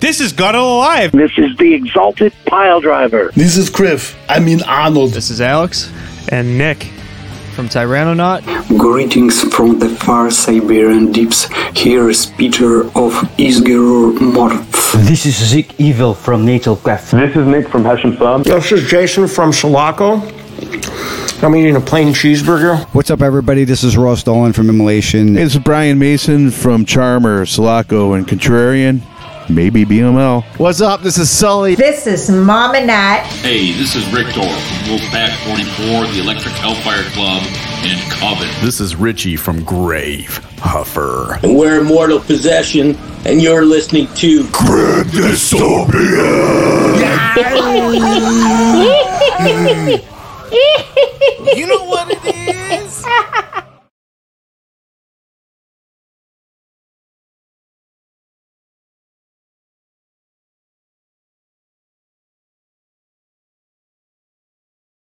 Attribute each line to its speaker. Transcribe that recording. Speaker 1: This is God Alive.
Speaker 2: This is the exalted pile driver.
Speaker 3: This is Griff. I mean Arnold.
Speaker 4: This is Alex and Nick from Tyrannonaut.
Speaker 5: Greetings from the far Siberian deeps. Here is Peter of Isgerur Morth.
Speaker 6: This is Zeke Evil from Natal Cleft.
Speaker 7: This is Nick from Hessian Sub.
Speaker 8: This is Jason from Sulaco. I'm eating a plain cheeseburger.
Speaker 9: What's up, everybody? This is Ross Dolan from Immolation.
Speaker 10: It's Brian Mason from Charmer, Sulaco, and Contrarian. Maybe BML.
Speaker 11: What's up? This is Sully.
Speaker 12: This is Mama Nat.
Speaker 13: Hey, this is Rick Dorf from Wolfpack 44, the Electric Hellfire Club, and Coven.
Speaker 14: This is Richie from Grave Huffer.
Speaker 15: And we're Immortal Possession, and you're listening to
Speaker 16: Grand Dystopian!
Speaker 17: you know